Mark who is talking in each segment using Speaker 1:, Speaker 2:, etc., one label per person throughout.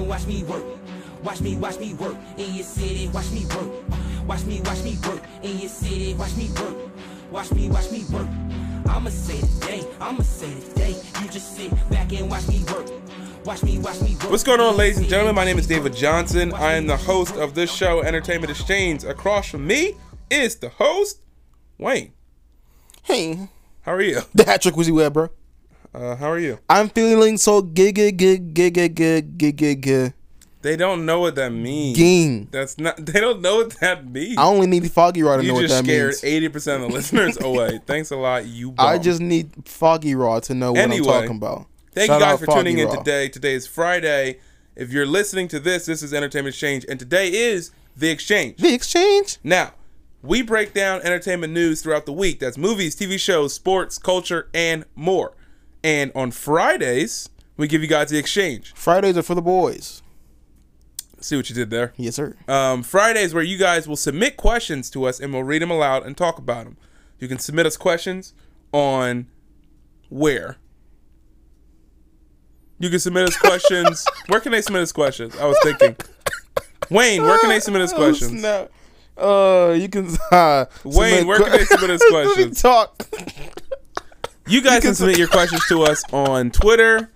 Speaker 1: watch me work. Watch me, watch me work in your city. Watch me work. Watch me, watch me work in your city. Watch me work. Watch me, watch me work. I'ma say today, I'ma say today. You just sit back and watch me work. Watch me, watch me work.
Speaker 2: What's going on, ladies and gentlemen? My name is David Johnson. I am the host of this show, Entertainment Exchange. Across from me is the host, Wayne.
Speaker 3: Hey,
Speaker 2: How are you?
Speaker 3: the hat trick was you at, bro?
Speaker 2: Uh, how are you?
Speaker 3: I'm feeling so giga giga giga giga giga
Speaker 2: They don't know what that means.
Speaker 3: ging.
Speaker 2: That's not. They don't know what that means.
Speaker 3: I only need Foggy Raw to know
Speaker 2: you
Speaker 3: what
Speaker 2: just
Speaker 3: that
Speaker 2: scared
Speaker 3: means.
Speaker 2: eighty percent of the listeners away. Thanks a lot. You. Bomb.
Speaker 3: I just need Foggy Raw to know what
Speaker 2: Anyway.
Speaker 3: I'm talking about.
Speaker 2: Thank
Speaker 3: Shout
Speaker 2: you guys
Speaker 3: out
Speaker 2: for
Speaker 3: Foggy
Speaker 2: tuning in
Speaker 3: Raw.
Speaker 2: today. Today is Friday. If you're listening to this, this is Entertainment Exchange, and today is the Exchange.
Speaker 3: The exchange.
Speaker 2: Now, we break down entertainment news throughout the week. That's movies, TV shows, sports, culture, and more. And on Fridays, we give you guys the exchange.
Speaker 3: Fridays are for the boys.
Speaker 2: See what you did there.
Speaker 3: Yes, sir.
Speaker 2: Um, Fridays, where you guys will submit questions to us and we'll read them aloud and talk about them. You can submit us questions on where? You can submit us questions. where can they submit us questions? I was thinking. Wayne, where can they submit us
Speaker 3: Oh,
Speaker 2: questions?
Speaker 3: snap. Uh, you can. Uh, submit
Speaker 2: where can they submit us
Speaker 3: Let me
Speaker 2: questions?
Speaker 3: talk.
Speaker 2: You guys can submit your questions to us on Twitter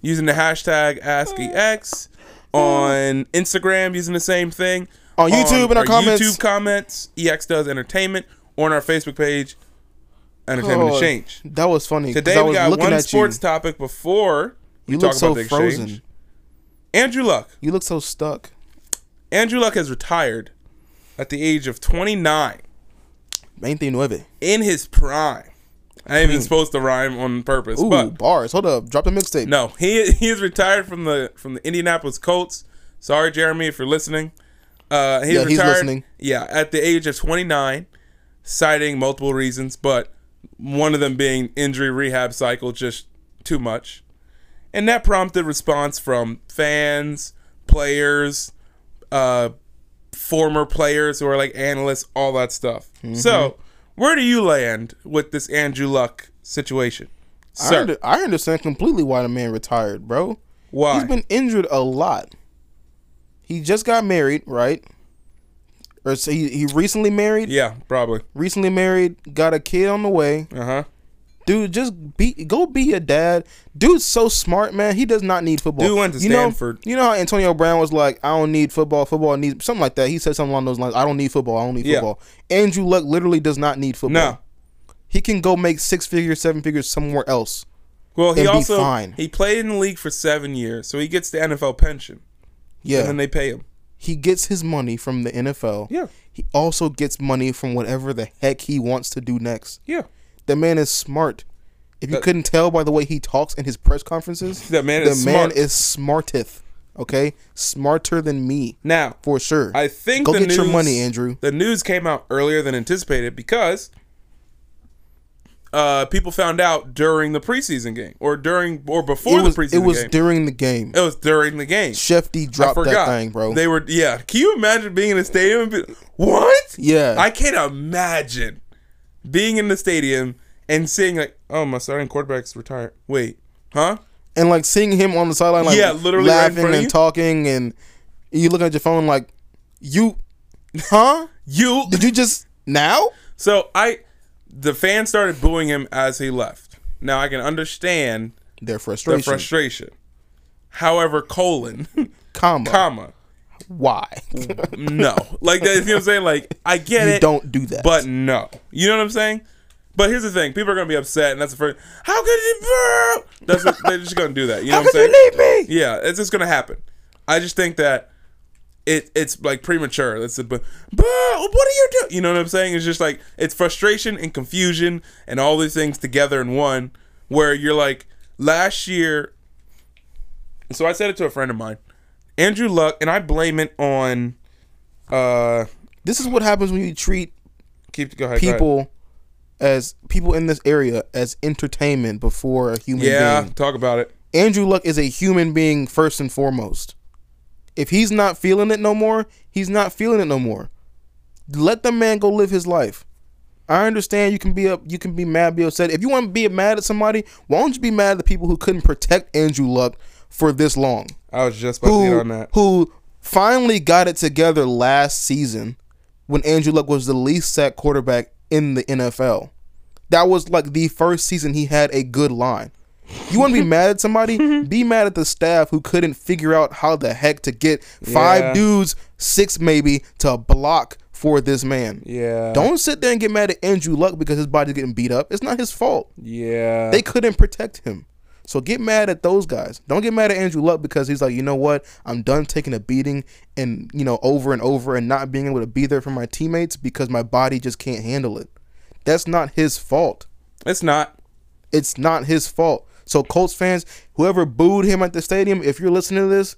Speaker 2: using the hashtag AskEX, on Instagram using the same thing,
Speaker 3: On YouTube in our comments.
Speaker 2: YouTube comments, EX Does Entertainment, or on our Facebook page, Entertainment
Speaker 3: Oh,
Speaker 2: Exchange.
Speaker 3: That was funny. 'cause
Speaker 2: Today
Speaker 3: I
Speaker 2: we
Speaker 3: was
Speaker 2: got
Speaker 3: looking
Speaker 2: one
Speaker 3: at
Speaker 2: sports
Speaker 3: you.
Speaker 2: topic before we
Speaker 3: You
Speaker 2: talk
Speaker 3: look
Speaker 2: about
Speaker 3: so
Speaker 2: the exchange.
Speaker 3: frozen.
Speaker 2: Andrew Luck.
Speaker 3: You look so stuck.
Speaker 2: Andrew Luck has retired at the age of 29
Speaker 3: Anything nueve.
Speaker 2: in his prime. I ain't even supposed to rhyme on purpose,
Speaker 3: Hmm. Ooh,
Speaker 2: but
Speaker 3: bars. Hold up. Drop the mixtape.
Speaker 2: No, he he is retired from the from the Indianapolis Colts. Sorry, Jeremy, if you're listening. Uh, he's
Speaker 3: Yeah,
Speaker 2: retired,
Speaker 3: he's listening.
Speaker 2: Yeah, at the age of 29, citing multiple reasons, but one of them being injury rehab cycle, just too much, and that prompted response from fans, players, uh, former players who are like analysts, all that stuff.
Speaker 3: Mm-hmm.
Speaker 2: So, where do you land with this Andrew Luck situation,
Speaker 3: I,
Speaker 2: sir?
Speaker 3: under- I understand completely why the man retired, bro.
Speaker 2: Why?
Speaker 3: He's been injured a lot. He just got married, right? Or so he, he recently married.
Speaker 2: Yeah, probably.
Speaker 3: Recently married. Got a kid on the way.
Speaker 2: Uh huh.
Speaker 3: Dude, just be go be a dad. Dude's so smart, man. He does not need football.
Speaker 2: Dude went to
Speaker 3: you know,
Speaker 2: Stanford.
Speaker 3: You know how Antonio Brown was like, I don't need football. Football needs something like that. He said something along those lines. I don't need football. I don't need
Speaker 2: Yeah.
Speaker 3: football. Andrew Luck literally does not need football.
Speaker 2: No.
Speaker 3: He can go make six figures, seven figures somewhere else.
Speaker 2: Well, he
Speaker 3: And be
Speaker 2: also
Speaker 3: fine.
Speaker 2: he played in the league for seven years, so he gets the NFL pension,
Speaker 3: Yeah.
Speaker 2: and then they pay him.
Speaker 3: he gets his money from the NFL.
Speaker 2: Yeah.
Speaker 3: He also gets money from whatever the heck he wants to do next.
Speaker 2: Yeah.
Speaker 3: The man is smart. If you
Speaker 2: That-
Speaker 3: couldn't tell by the way he talks in his press conferences,
Speaker 2: That man
Speaker 3: the
Speaker 2: is
Speaker 3: man
Speaker 2: smart.
Speaker 3: is smarteth. Okay, smarter than me
Speaker 2: Now,
Speaker 3: for sure.
Speaker 2: I think
Speaker 3: go
Speaker 2: the
Speaker 3: get your
Speaker 2: news-
Speaker 3: money, Andrew.
Speaker 2: The news came out earlier than anticipated because uh, people found out during the preseason game, or during or before
Speaker 3: it was,
Speaker 2: the preseason
Speaker 3: it was
Speaker 2: game.
Speaker 3: during the game.
Speaker 2: it was during the game.
Speaker 3: Shefty
Speaker 2: I
Speaker 3: dropped
Speaker 2: forgot.
Speaker 3: that thing, bro.
Speaker 2: They were yeah. Can you imagine being in a stadium? And be, what?
Speaker 3: Yeah.
Speaker 2: I can't imagine being in the stadium and seeing like, oh, my starting quarterback's retired. Wait, huh?
Speaker 3: and like seeing him on the sideline, like
Speaker 2: Yeah, literally right in
Speaker 3: laughing
Speaker 2: front of
Speaker 3: and
Speaker 2: you.
Speaker 3: talking, and you looking at your phone like, you, huh?
Speaker 2: You.
Speaker 3: Did you just now?
Speaker 2: So I, the fans started booing him as he left. Now I can understand
Speaker 3: Their
Speaker 2: the
Speaker 3: frustration.
Speaker 2: frustration. However, colon,
Speaker 3: comma.
Speaker 2: comma,
Speaker 3: Why?
Speaker 2: no, like that. You know what I'm saying? Like I get
Speaker 3: you
Speaker 2: it.
Speaker 3: don't do that.
Speaker 2: But no. You know what I'm saying? But here's the thing: people are gonna be upset, and that's the first. How could you? That's what, they're just gonna do that. You know
Speaker 3: how
Speaker 2: what
Speaker 3: could
Speaker 2: I'm saying?
Speaker 3: you leave me?
Speaker 2: Yeah, it's just gonna happen. I just think that it it's like premature. That's it. But but what are you doing? You know what I'm saying? It's just like it's frustration and confusion and all these things together in one. Where you're like last year. So I said it to a friend of mine, Andrew Luck, and I blame it on. uh
Speaker 3: This is what happens when you treat
Speaker 2: Keep go ahead. go ahead.
Speaker 3: people as people in this area as entertainment before a human
Speaker 2: Yeah,
Speaker 3: being.
Speaker 2: talk about it.
Speaker 3: Andrew Luck is a human being first and foremost. If he's not feeling it no more, he's not feeling it no more. Let the man go live his life. I understand you can be up, you can be mad, be upset. If you want to be mad at somebody, why don't you be mad at the people who couldn't protect Andrew Luck for this long.
Speaker 2: I was just about to get
Speaker 3: Who
Speaker 2: on that.
Speaker 3: who finally got it together last season when Andrew Luck was the least sacked quarterback in the NFL. That was like the first season he had a good line. You want to be mad at somebody? Be mad at the staff who couldn't figure out how the heck to get five
Speaker 2: Yeah.
Speaker 3: dudes, six maybe, to block for this man.
Speaker 2: Yeah.
Speaker 3: Don't sit there and get mad at Andrew Luck because his body's getting beat up. It's not his fault.
Speaker 2: Yeah.
Speaker 3: They couldn't protect him. So get mad at those guys. Don't get mad at Andrew Luck because he's like, you know what? I'm done taking a beating and, you know, over and over and not being able to be there for my teammates because my body just can't handle it. That's not his fault.
Speaker 2: it's not.
Speaker 3: It's not his fault. So Colts fans, whoever booed him at the stadium, if you're listening to this,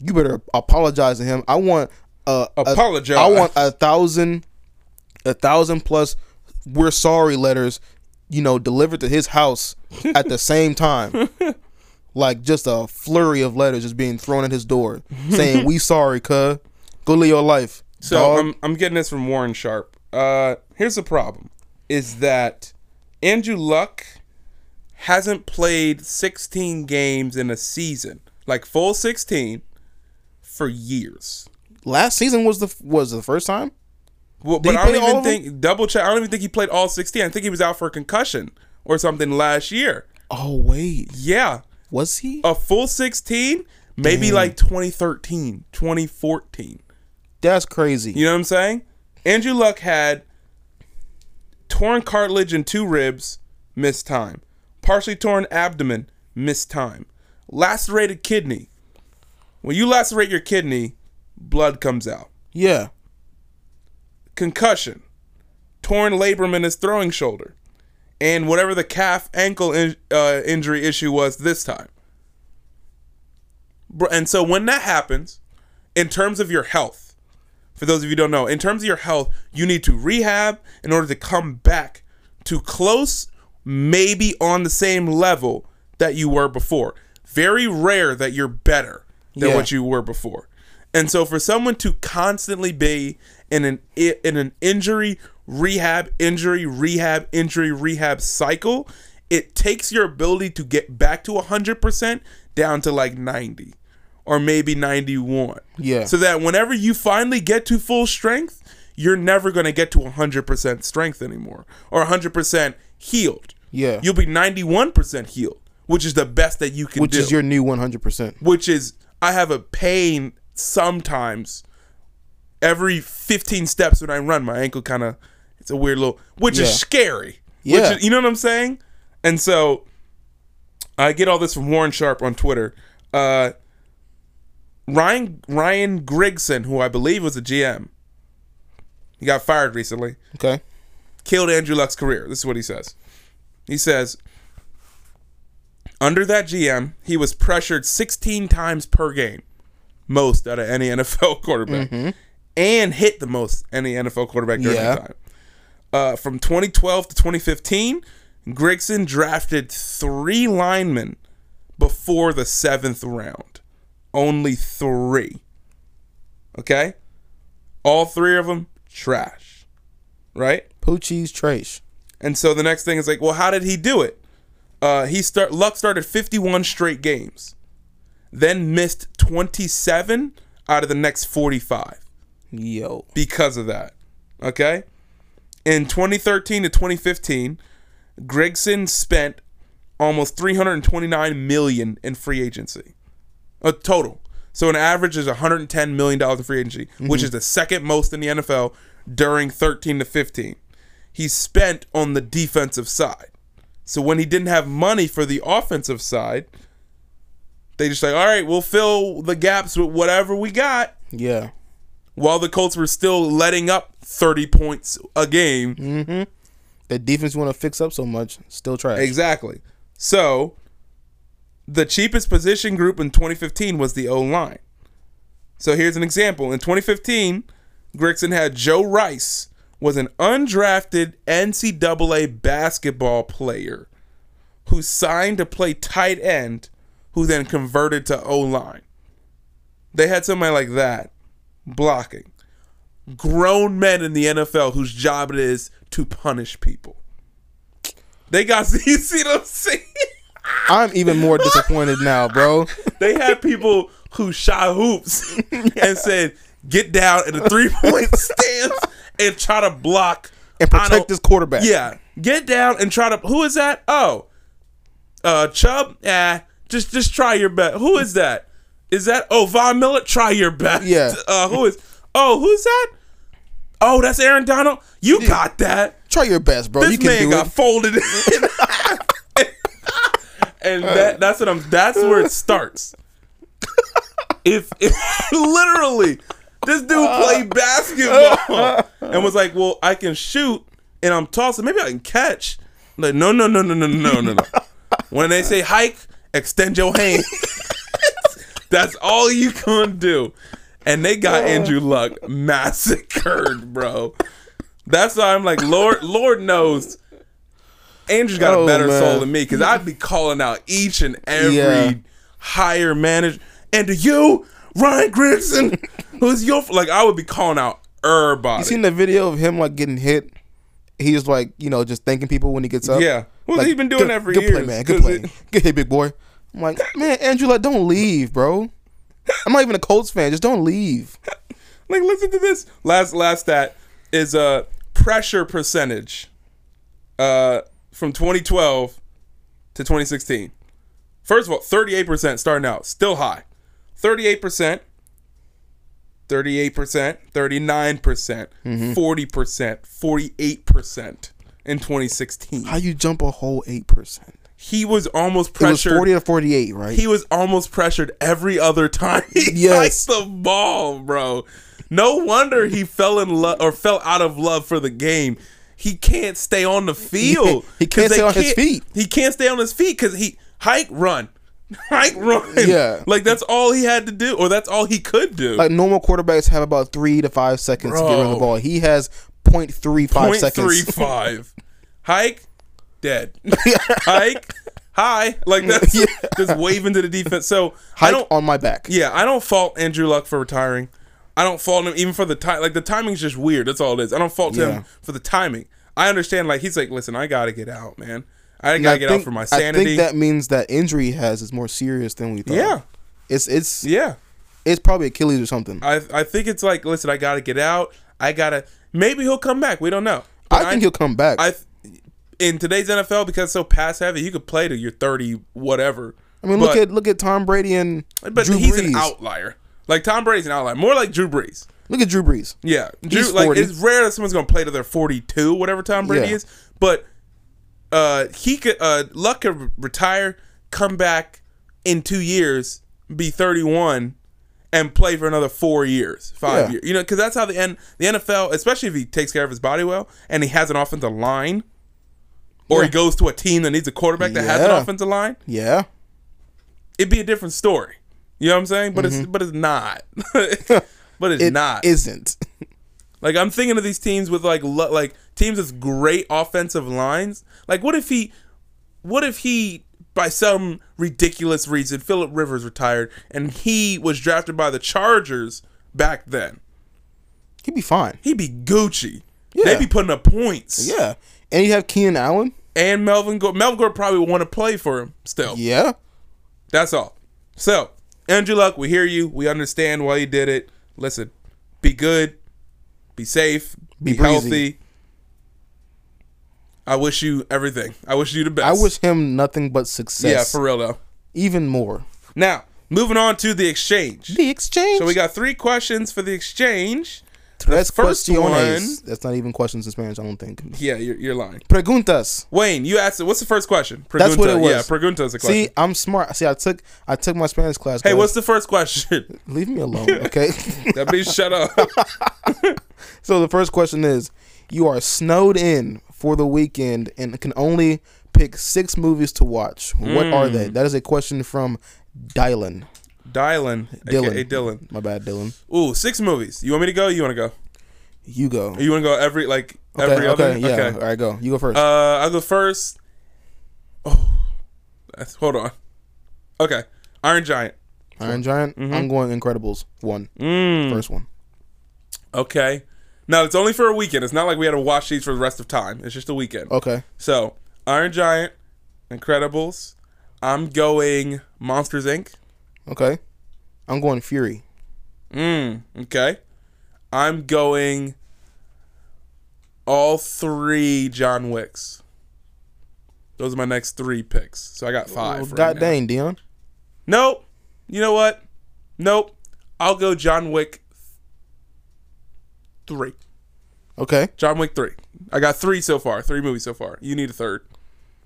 Speaker 3: you better apologize to him. I want uh, a-
Speaker 2: Apologize.
Speaker 3: I want a thousand, a thousand plus. We're sorry letters, you know, delivered to his house at the same time. Like just a flurry of letters just being thrown at his door, saying "We sorry, cuh. Go live your life."
Speaker 2: So um,
Speaker 3: dog."
Speaker 2: I'm I'm getting this from Warren Sharp. Uh, here's the problem: is that Andrew Luck hasn't played 16 games in a season, like full 16, for years.
Speaker 3: last season was the was the first time.
Speaker 2: Well, but
Speaker 3: he
Speaker 2: I don't
Speaker 3: play all
Speaker 2: even
Speaker 3: of them?
Speaker 2: think double check. I don't even think he played all 16. I think he was out for a concussion or something last year.
Speaker 3: Oh wait,
Speaker 2: Yeah,
Speaker 3: was he?
Speaker 2: a full 16, maybe like 2013, 2014.
Speaker 3: That's crazy.
Speaker 2: You know what I'm saying? Andrew Luck had torn cartilage in two ribs, missed time. Partially torn abdomen, missed time. Lacerated kidney. When you lacerate your kidney, blood comes out.
Speaker 3: Yeah.
Speaker 2: Concussion. Torn labrum in his throwing shoulder. And whatever the calf ankle in, uh, injury issue was this time. Br- And so when that happens, in terms of your health, for those of you who don't know, in terms of your health, you need to rehab in order to come back to close, maybe on the same level that you were before. Very rare that you're better than
Speaker 3: Yeah.
Speaker 2: what you were before. And so for someone to constantly be in an i- in an injury rehab injury rehab injury rehab cycle, it takes your ability to get back to 100% down to like 90 or maybe 91.
Speaker 3: Yeah.
Speaker 2: So that whenever you finally get to full strength, you're never going to get to 100% strength anymore or 100% healed.
Speaker 3: Yeah.
Speaker 2: You'll be 91% healed, which is the best that you can
Speaker 3: Which
Speaker 2: do.
Speaker 3: is your new 100%.
Speaker 2: which is I have a pain sometimes every 15 steps when I run my ankle kind of it's a weird little which
Speaker 3: Yeah.
Speaker 2: is scary.
Speaker 3: Yeah.
Speaker 2: Which is, you know what I'm saying? And so I get all this from Warren Sharp on Twitter. Uh Ryan Ryan Grigson, who I believe was a GM, he got fired recently
Speaker 3: Okay.
Speaker 2: killed Andrew Luck's career. This is what he says. He says, under that GM, he was pressured 16 times per game, most out of any NFL quarterback, and hit the most any NFL quarterback during
Speaker 3: Yeah.
Speaker 2: that time. Uh, from 2012 to 2015, Grigson drafted three linemen before the seventh round. Only three. Okay? All three of them trash. Right?
Speaker 3: Poochie's trash.
Speaker 2: And so the next thing is like, well, how did he do it? Uh, he start Luck started 51 straight games, then missed 27 out of the next 45
Speaker 3: Yo.
Speaker 2: because of that. Okay? In 2013 to 2015, Gregson spent almost 329 million in free agency. A total. So an average is 110 million dollars in free agency, which is the second most in the NFL during 13 to 15. He spent on the defensive side. So when he didn't have money for the offensive side, they just like, all right, we'll fill the gaps with whatever we got
Speaker 3: Yeah.
Speaker 2: while the Colts were still letting up 30 points a game.
Speaker 3: The defense want to fix up so much, still trash.
Speaker 2: Exactly. So, the cheapest position group in 2015 was the O line. So, here's an example. In 2015, Grigson had Joe Rice was an undrafted NCAA basketball player who signed to play tight end, who then converted to O line. They had somebody like that blocking. Grown men in the NFL whose job it is to punish people. They got you see what I'm saying?
Speaker 3: I'm even more disappointed now, bro.
Speaker 2: They had people who shot hoops and said, "Get down at the three point stance and try to block
Speaker 3: And
Speaker 2: Ano-
Speaker 3: protect this quarterback.
Speaker 2: Yeah, get down and try to. Who is that? Oh, uh, Chubb. Yeah, just just try your best. Who is that? Is that oh Von Miller? Try your best.
Speaker 3: Yeah.
Speaker 2: Uh, who is? Oh, who's that? Oh, that's Aaron Donald. You got that.
Speaker 3: Try your best, bro.
Speaker 2: This
Speaker 3: you can
Speaker 2: man
Speaker 3: do
Speaker 2: got
Speaker 3: it.
Speaker 2: folded in. and that that's what I'm. That's where it starts. if, if literally this dude played basketball and was like, "Well, I can shoot and I'm tossing. Maybe I can catch." I'm like, no, no, no, no, no, no, no, no. when they say hike, extend your hand. That's all you can do. And they got Andrew Luck massacred, bro. That's why I'm like, Lord, Lord knows. Andrew's got
Speaker 3: Oh,
Speaker 2: a better
Speaker 3: man.
Speaker 2: soul than me because I'd be calling out each and every
Speaker 3: Yeah.
Speaker 2: higher manager. And to you, Ryan Grimson, who's your like, I would be calling out everybody.
Speaker 3: You seen the video of him like getting hit? He's like, you know, just thanking people when he gets up.
Speaker 2: Yeah. Well,
Speaker 3: like,
Speaker 2: he's been doing
Speaker 3: good,
Speaker 2: that for
Speaker 3: good
Speaker 2: years.
Speaker 3: play, man. Good
Speaker 2: 'cause
Speaker 3: play.
Speaker 2: it-
Speaker 3: Good hit, big boy. I'm like, man, Angela, don't leave, bro. I'm not even a Colts fan. Just don't leave.
Speaker 2: like, listen to this. Last last stat is uh, pressure percentage uh, from 2012 to 2016. First of all, 38% starting out, still high. 38%, 38%, 39%, percent
Speaker 3: Mm-hmm.
Speaker 2: 40%, 48% in 2016.
Speaker 3: How you jump a whole eight percent?
Speaker 2: He was almost
Speaker 3: It was
Speaker 2: pressured.
Speaker 3: forty to forty-eight, right?
Speaker 2: he was almost pressured every other time he
Speaker 3: Yes.
Speaker 2: hiked the ball, bro. No wonder he fell in love or fell out of love for the game. He can't stay on the field.
Speaker 3: He
Speaker 2: 'cause
Speaker 3: can't
Speaker 2: they
Speaker 3: stay on his feet.
Speaker 2: He can't stay on his feet because he hike run, hike run.
Speaker 3: Yeah.
Speaker 2: like that's all he had to do, or that's all he could do.
Speaker 3: like uh, normal quarterbacks have about three to five seconds to get rid of the
Speaker 2: Bro.
Speaker 3: ball. He has 0.35
Speaker 2: Point
Speaker 3: seconds.
Speaker 2: three five, hike, dead, hike, hi. Like that's just waving to the defense. So I
Speaker 3: Hike
Speaker 2: don't,
Speaker 3: on my back.
Speaker 2: Yeah, I don't fault Andrew Luck for retiring. I don't fault him even for the time. Like the timing's just weird. That's all it is. I don't fault
Speaker 3: Yeah.
Speaker 2: him for the timing. I understand. Like he's like, listen, I gotta get out, man. I
Speaker 3: And
Speaker 2: gotta get out for my sanity.
Speaker 3: I think that means that injury he has is more serious than we thought.
Speaker 2: Yeah.
Speaker 3: It's it's
Speaker 2: yeah,
Speaker 3: it's probably Achilles or something. I,
Speaker 2: I I think it's like, listen, I gotta get out. I gotta. Maybe he'll come back. We don't know. But
Speaker 3: think he'll come back.
Speaker 2: I
Speaker 3: I,
Speaker 2: th- in today's NFL because it's so pass heavy, you could play to your thirty whatever.
Speaker 3: mean,
Speaker 2: But-
Speaker 3: look at look at Tom Brady and
Speaker 2: but
Speaker 3: Drew
Speaker 2: he's
Speaker 3: Brees.
Speaker 2: an outlier. Like Tom Brady's an outlier, more like Drew Brees.
Speaker 3: Look at Drew Brees.
Speaker 2: Yeah, Drew,
Speaker 3: He's
Speaker 2: like
Speaker 3: 40.
Speaker 2: it's rare that someone's gonna play to their forty-two, whatever Tom Brady
Speaker 3: Yeah.
Speaker 2: is. But uh, he could uh, Luck could retire, come back in two years, be thirty-one, and play for another four years, five
Speaker 3: Yeah.
Speaker 2: years. You know, because that's how the N the NFL, especially if he takes care of his body well and he has an offensive line, or he
Speaker 3: Yeah.
Speaker 2: goes to a team that needs a quarterback that has an
Speaker 3: Yeah.
Speaker 2: offensive line
Speaker 3: Yeah.
Speaker 2: it'd be a different story. You know what I'm saying? But it's but it's not. but it's
Speaker 3: Mm-hmm. It
Speaker 2: not.
Speaker 3: isn't.
Speaker 2: like I'm thinking of these teams with like lo- like teams with great offensive lines. Like what if he what if he by some ridiculous reason Philip Rivers retired and he was drafted by the Chargers back then?
Speaker 3: He'd be fine.
Speaker 2: He'd be Gucci.
Speaker 3: Yeah.
Speaker 2: They'd be putting up points.
Speaker 3: Yeah. And you have Keenan Allen.
Speaker 2: And Melvin Gordon. Melvin Gordon probably want to play for him still.
Speaker 3: Yeah.
Speaker 2: That's all. So, Andrew Luck, we hear you. We understand why you did it. Listen, be good, be safe, be,
Speaker 3: Be breezy.
Speaker 2: healthy. I wish you everything. I wish you the best.
Speaker 3: I wish him nothing but
Speaker 2: Yeah,
Speaker 3: success.
Speaker 2: for real though.
Speaker 3: Even more.
Speaker 2: Now, moving on to the exchange.
Speaker 3: The exchange.
Speaker 2: So we got three questions for the exchange. The
Speaker 3: That's
Speaker 2: first
Speaker 3: questiones.
Speaker 2: one.
Speaker 3: That's not even questions in Spanish, I don't think.
Speaker 2: Yeah, you're, you're lying.
Speaker 3: Preguntas.
Speaker 2: Wayne, you asked. What's the first question? Pregunta.
Speaker 3: That's what it was.
Speaker 2: Yeah, pregunta is a question.
Speaker 3: See, I'm smart. See, I took I took my Spanish class.
Speaker 2: hey,
Speaker 3: guys.
Speaker 2: what's the first question?
Speaker 3: leave me alone, okay?
Speaker 2: that bitch, shut up.
Speaker 3: so the first question is: You are snowed in for the weekend and can only pick six movies to watch. What are
Speaker 2: Hmm.
Speaker 3: they? That is a question from Dylan.
Speaker 2: Dylan,
Speaker 3: Dylan.
Speaker 2: aka Dylan.
Speaker 3: My bad, Dylan.
Speaker 2: Ooh, six movies. You want me to go? Or you want to go?
Speaker 3: You go.
Speaker 2: You want to go every like
Speaker 3: okay,
Speaker 2: every other?
Speaker 3: okay, yeah. All right, go. You go first.
Speaker 2: Uh, I'll go first. Oh, that's, hold on. Okay, Iron Giant.
Speaker 3: Iron Giant.
Speaker 2: mm-hmm.
Speaker 3: I'm going Incredibles one.
Speaker 2: Mm.
Speaker 3: First one.
Speaker 2: Okay. Now it's only for a weekend. It's not like we had to watch these for the rest of time. It's just a weekend.
Speaker 3: Okay.
Speaker 2: So Iron Giant, Incredibles, I'm going Monsters Inc.
Speaker 3: Okay. I'm going Fury.
Speaker 2: Mm, okay. I'm going all three John Wicks. Those are my next three picks. So I got five. right
Speaker 3: Oh, God
Speaker 2: now.
Speaker 3: dang, Dion.
Speaker 2: Nope. You know what? Nope. I'll go John Wick three.
Speaker 3: Okay.
Speaker 2: John Wick three. I got three so far. Three movies so far. You need a third.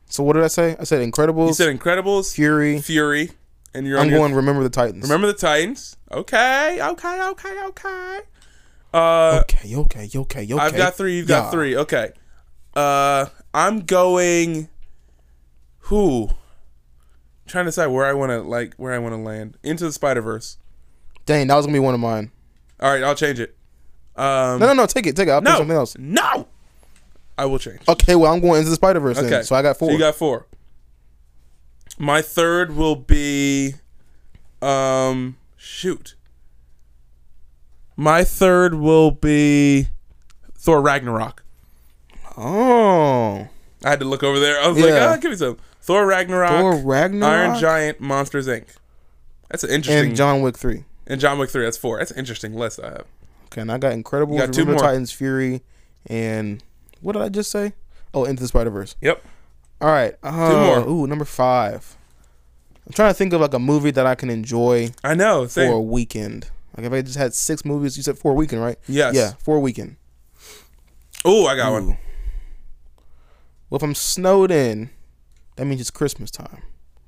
Speaker 3: So what did I say? I said Incredibles,
Speaker 2: You said Incredibles,
Speaker 3: Fury.
Speaker 2: Fury, and you're on
Speaker 3: I'm
Speaker 2: your-
Speaker 3: going Remember the Titans.
Speaker 2: Remember the Titans? Okay, okay, okay, okay. Uh,
Speaker 3: Okay, okay, okay, okay.
Speaker 2: I've got three. You've got
Speaker 3: Yeah.
Speaker 2: three. Okay. Uh, I'm going. Who? Trying to decide where I want to like where I want to land into the Spider Verse.
Speaker 3: Dang, that was gonna be one of mine.
Speaker 2: All right, I'll change it. Um,
Speaker 3: No, no, no. Take it, take it. I'll pick something else.
Speaker 2: No, I will change.
Speaker 3: Okay, well, I'm going into the Spider Verse
Speaker 2: Okay.
Speaker 3: then. So I got four.
Speaker 2: you got four. My third will be, um, shoot. My third will be Thor Ragnarok.
Speaker 3: oh,
Speaker 2: I had to look over there. I was like,
Speaker 3: Yeah.
Speaker 2: ah, give me some. Thor Ragnarok,
Speaker 3: Thor Ragnarok?
Speaker 2: Iron Giant, Monsters Inc. That's an interesting.
Speaker 3: and John Wick three.
Speaker 2: and John Wick three. That's four. That's an interesting list I have.
Speaker 3: Okay, and I got Incredibles,
Speaker 2: You got two
Speaker 3: Remember the
Speaker 2: more.
Speaker 3: Titans, Fury, and what did I just say? Oh, Into the Spider Verse.
Speaker 2: Yep.
Speaker 3: All right, uh,
Speaker 2: more.
Speaker 3: Ooh, number five. I'm trying to think of like a movie that I can enjoy
Speaker 2: I know. Same.
Speaker 3: for a weekend. Like if I just had six movies, you said for a weekend, right?
Speaker 2: Yes.
Speaker 3: Yeah, for a weekend.
Speaker 2: Oh, I got
Speaker 3: Ooh.
Speaker 2: one.
Speaker 3: Well, if I'm snowed in, that means it's Christmas time.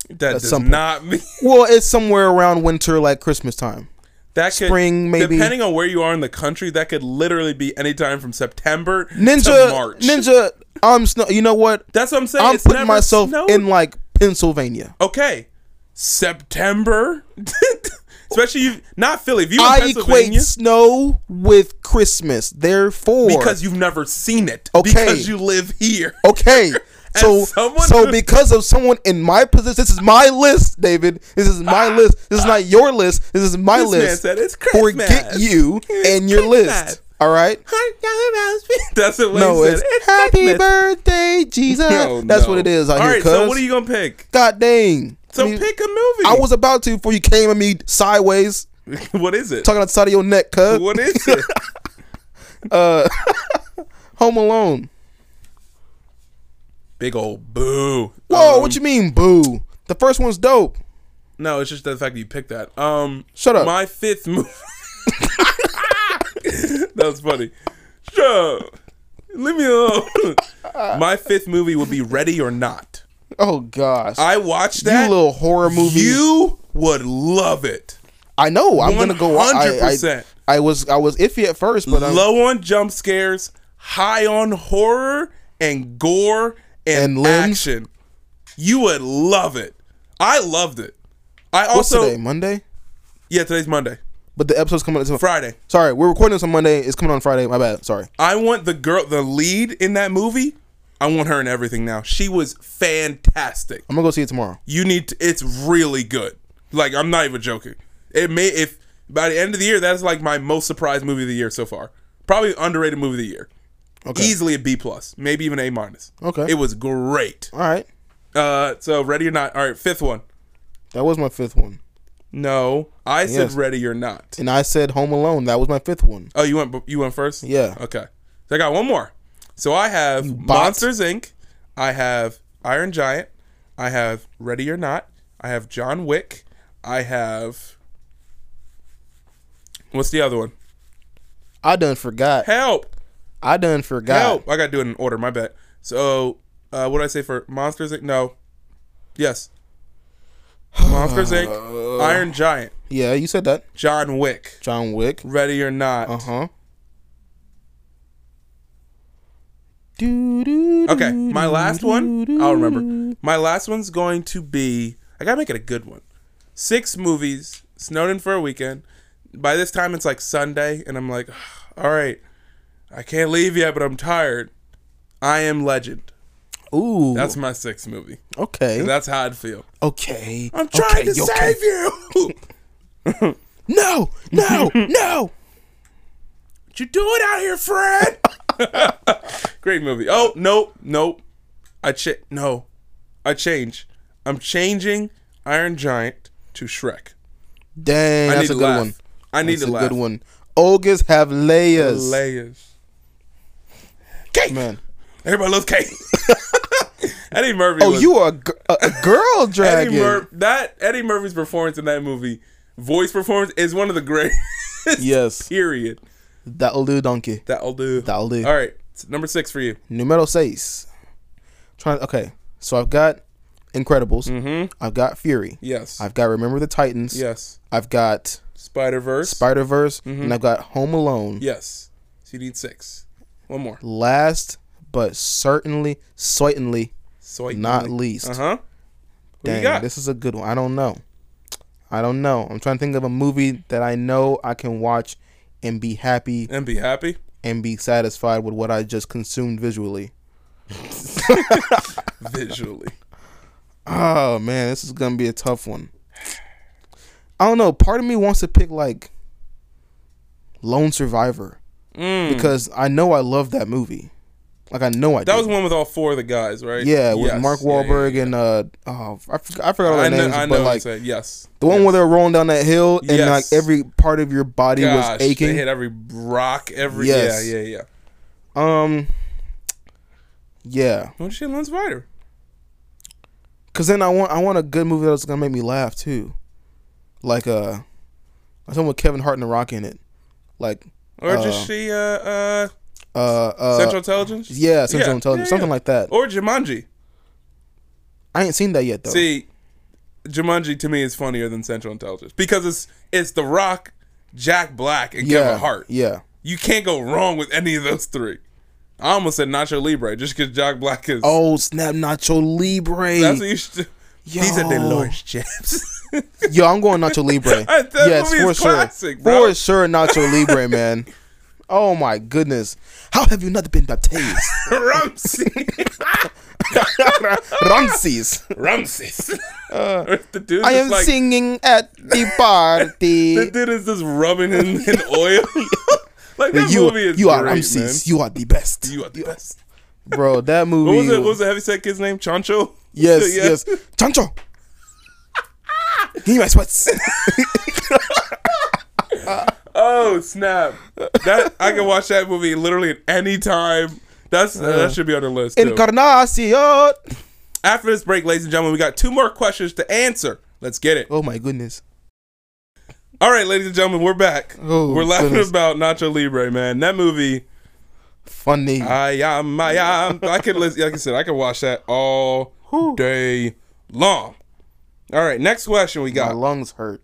Speaker 2: That does
Speaker 3: some point.
Speaker 2: not mean
Speaker 3: Well, it's somewhere around winter, like Christmas time.
Speaker 2: that could,
Speaker 3: Spring, maybe.
Speaker 2: Depending on where you are in the country, that could literally be any time from September
Speaker 3: Ninja,
Speaker 2: to March.
Speaker 3: Ninja, I'm snow. You know what?
Speaker 2: That's what I'm saying.
Speaker 3: I'm
Speaker 2: It's
Speaker 3: putting
Speaker 2: never
Speaker 3: myself
Speaker 2: snowed.
Speaker 3: in like Pennsylvania.
Speaker 2: okay, September. Especially you, not Philly. If you in
Speaker 3: I equate
Speaker 2: Pennsylvania,
Speaker 3: snow with Christmas. Therefore,
Speaker 2: because you've never seen it.
Speaker 3: Okay. Oh.
Speaker 2: Because you live here.
Speaker 3: okay. So,
Speaker 2: As someone
Speaker 3: so
Speaker 2: who-
Speaker 3: because of someone in my position, this is my list, David. This is my list. This is not your list. This is my
Speaker 2: Ah. This man
Speaker 3: list.
Speaker 2: said it's
Speaker 3: Forget
Speaker 2: Christmas.
Speaker 3: you
Speaker 2: It's
Speaker 3: and your
Speaker 2: Christmas.
Speaker 3: list. All right.
Speaker 2: That's what
Speaker 3: No,
Speaker 2: he said.
Speaker 3: it's, happy
Speaker 2: Christmas.
Speaker 3: birthday, Jesus.
Speaker 2: No,
Speaker 3: That's
Speaker 2: no.
Speaker 3: what it is.
Speaker 2: All
Speaker 3: I hear.
Speaker 2: right,
Speaker 3: Cuz.
Speaker 2: so what are you gonna pick?
Speaker 3: God dang.
Speaker 2: So
Speaker 3: I mean,
Speaker 2: pick a movie.
Speaker 3: I was about to before you came at me sideways,
Speaker 2: what is it?
Speaker 3: talking outside of your neck, cuz.
Speaker 2: What is it?
Speaker 3: Home Alone.
Speaker 2: Big old boo.
Speaker 3: Whoa,
Speaker 2: Um,
Speaker 3: what you mean, boo? The first one's dope.
Speaker 2: No, it's just the fact that you picked that. Um,
Speaker 3: Shut up.
Speaker 2: My fifth movie. that was funny. Shut up. Leave me alone. my fifth movie would be Ready or Not.
Speaker 3: Oh gosh.
Speaker 2: I watched that.
Speaker 3: you little horror movie.
Speaker 2: You would love it.
Speaker 3: I know. I'm gonna go. I,
Speaker 2: 100%.
Speaker 3: I, I was I was iffy at first, but um, I'm,
Speaker 2: Low on jump scares, high on horror and gore and,
Speaker 3: And limbs?
Speaker 2: action. You would love it. I loved it. I
Speaker 3: what's
Speaker 2: also
Speaker 3: today? Monday.
Speaker 2: yeah. Today's Monday,
Speaker 3: But the episode's coming out. tomorrow.
Speaker 2: Friday.
Speaker 3: Sorry, we're recording this on Monday. It's coming on Friday. My bad. Sorry.
Speaker 2: I want the girl, the lead in that movie. I want her in everything now. She was fantastic.
Speaker 3: I'm gonna go see it tomorrow.
Speaker 2: You need to. It's really good. Like I'm not even joking. It may if by the end of the year that is like my most surprised movie of the year so far. Probably underrated movie of the year.
Speaker 3: Okay.
Speaker 2: Easily a B plus, maybe even A minus.
Speaker 3: Okay.
Speaker 2: It was great.
Speaker 3: All right.
Speaker 2: Uh, so ready or not. All right, fifth one.
Speaker 3: That was my fifth one,
Speaker 2: No, I said
Speaker 3: Yes.
Speaker 2: ready or not.
Speaker 3: and I said Home Alone. That was my fifth one.
Speaker 2: Oh, you went. b- You went first.
Speaker 3: Yeah.
Speaker 2: Okay. So I got one more. So I have
Speaker 3: bot.
Speaker 2: Monsters Inc. I have Iron Giant. I have Ready or Not. I have John Wick. I have. What's the other one?
Speaker 3: I done forgot.
Speaker 2: Help!
Speaker 3: I done forgot.
Speaker 2: Help! I gotta do it in order. My bad. So, uh, what did I say for Monsters Inc? No. Yes. Monsters Inc. Iron Giant.
Speaker 3: Yeah, you said that.
Speaker 2: John Wick.
Speaker 3: John Wick.
Speaker 2: Ready or Not.
Speaker 3: Uh huh. Okay.
Speaker 2: Okay, my last one, I'll remember. My last one's going to be I gotta make it a good one. Six movies, Snowden for a weekend. By this time it's like Sunday, and I'm like, all right, I can't leave yet, but I'm tired. I am legend.
Speaker 3: Ooh.
Speaker 2: That's my sixth movie.
Speaker 3: okay.
Speaker 2: That's how I'd feel.
Speaker 3: okay.
Speaker 2: I'm trying
Speaker 3: okay,
Speaker 2: to
Speaker 3: okay.
Speaker 2: save you.
Speaker 3: No, no, no.
Speaker 2: what you doing out here, Fred? Great movie. Oh, nope, nope. I ch no. I change. I'm changing Iron Giant to Shrek.
Speaker 3: Dang,
Speaker 2: I
Speaker 3: that's
Speaker 2: need
Speaker 3: a
Speaker 2: to
Speaker 3: good
Speaker 2: laugh.
Speaker 3: one.
Speaker 2: I need
Speaker 3: That's
Speaker 2: to
Speaker 3: a
Speaker 2: laugh.
Speaker 3: good one. Ogres have layers.
Speaker 2: Layers. Cake.
Speaker 3: Man.
Speaker 2: Everybody loves cake. Eddie Murphy.
Speaker 3: Oh,
Speaker 2: was-
Speaker 3: you are a, gr- a, a girl
Speaker 2: Eddie
Speaker 3: dragon.
Speaker 2: Mur- that Eddie Murphy's performance in that movie, voice performance, is one of the greatest.
Speaker 3: Yes.
Speaker 2: Period.
Speaker 3: That'll do, donkey.
Speaker 2: That'll do.
Speaker 3: That'll do.
Speaker 2: All right. s- Number six for you.
Speaker 3: Numero seis. Trying. Okay, so I've got Incredibles. Mm-hmm. I've got Fury.
Speaker 2: Yes.
Speaker 3: I've got Remember the Titans.
Speaker 2: yes. Mm-hmm.
Speaker 3: I've got
Speaker 2: Spider Verse.
Speaker 3: Spider Verse, and I've got Home Alone.
Speaker 2: yes. So you need six. One more.
Speaker 3: Last, but certainly, certainly
Speaker 2: So
Speaker 3: not least.
Speaker 2: Uh huh. Who you
Speaker 3: Dang,
Speaker 2: got?
Speaker 3: this is a good one. I don't know. I don't know. I'm trying to think of a movie that I know I can watch and be happy
Speaker 2: and be happy.
Speaker 3: and be satisfied with what I just consumed visually.
Speaker 2: visually.
Speaker 3: Oh man, this is gonna be a tough one. I don't know. Part of me wants to pick like Lone Survivor
Speaker 2: Mm.
Speaker 3: because I know I love that movie. Like I know I
Speaker 2: That was
Speaker 3: did.
Speaker 2: one with all four of the guys, right?
Speaker 3: yeah, with
Speaker 2: Yes.
Speaker 3: Mark
Speaker 2: Yeah, yeah,
Speaker 3: Wahlberg
Speaker 2: yeah.
Speaker 3: and uh oh I forgot, I forgot all
Speaker 2: I
Speaker 3: their
Speaker 2: know,
Speaker 3: names,
Speaker 2: I know
Speaker 3: but
Speaker 2: what
Speaker 3: like
Speaker 2: you said. Yes.
Speaker 3: the one
Speaker 2: yes.
Speaker 3: where they're rolling down that hill and
Speaker 2: Yes.
Speaker 3: like every part of your body
Speaker 2: Gosh,
Speaker 3: was aching.
Speaker 2: They hit every rock, every
Speaker 3: Yes.
Speaker 2: yeah, yeah, yeah.
Speaker 3: Um, yeah,
Speaker 2: Don't you say Lone Survivor?
Speaker 3: cause then I want I want a good movie that's gonna make me laugh too, like uh, someone with Kevin Hart and The Rock in it, like
Speaker 2: Or
Speaker 3: Uh,
Speaker 2: just see uh, uh,
Speaker 3: uh, uh
Speaker 2: Central Intelligence?
Speaker 3: yeah Central Intelligence,
Speaker 2: yeah,
Speaker 3: something
Speaker 2: yeah.
Speaker 3: like that.
Speaker 2: Or Jumanji.
Speaker 3: I ain't seen that yet though.
Speaker 2: See, Jumanji to me is funnier than Central Intelligence because it's it's The Rock, Jack Black, and
Speaker 3: yeah,
Speaker 2: Kevin Hart.
Speaker 3: yeah,
Speaker 2: You can't go wrong with any of those three. I almost said Nacho Libre just because Jack Black is.
Speaker 3: oh snap, Nacho Libre,
Speaker 2: that's what you should. do. These are
Speaker 3: Yo.
Speaker 2: Dolores Chaps.
Speaker 3: yo, I'm going Nacho Libre.
Speaker 2: That movie is classic, bro.
Speaker 3: for sure, Nacho Libre, man. Oh my goodness, how have you not been baptized,
Speaker 2: Ramses.
Speaker 3: Ramses?
Speaker 2: Ramses. the dude
Speaker 3: Uh, I
Speaker 2: is
Speaker 3: am
Speaker 2: like,
Speaker 3: singing at the party.
Speaker 2: The dude is just rubbing in, in oil. like that
Speaker 3: you,
Speaker 2: movie is
Speaker 3: you
Speaker 2: great,
Speaker 3: are Ramses.
Speaker 2: man.
Speaker 3: You are the best,
Speaker 2: You, are the best.
Speaker 3: bro. That movie.
Speaker 2: What was it? What was the heavyset kid's name? Chancho.
Speaker 3: Yes,
Speaker 2: Yeah.
Speaker 3: yes. Chancho, give me my sweats.
Speaker 2: Oh snap! That I can watch that movie literally at any time. That's
Speaker 3: Uh.
Speaker 2: that should be on the list. Too.
Speaker 3: Encarnacion.
Speaker 2: After this break, ladies and gentlemen, we got two more questions to answer. Let's get it.
Speaker 3: Oh my goodness.
Speaker 2: All right, ladies and gentlemen, we're back.
Speaker 3: Oh,
Speaker 2: we're laughing
Speaker 3: goodness.
Speaker 2: about Nacho Libre, man. That movie,
Speaker 3: Funny.
Speaker 2: I am, I am. I could listen. Like I said, I could watch that all day long. All right, next question we
Speaker 3: my
Speaker 2: got.
Speaker 3: lungs hurt.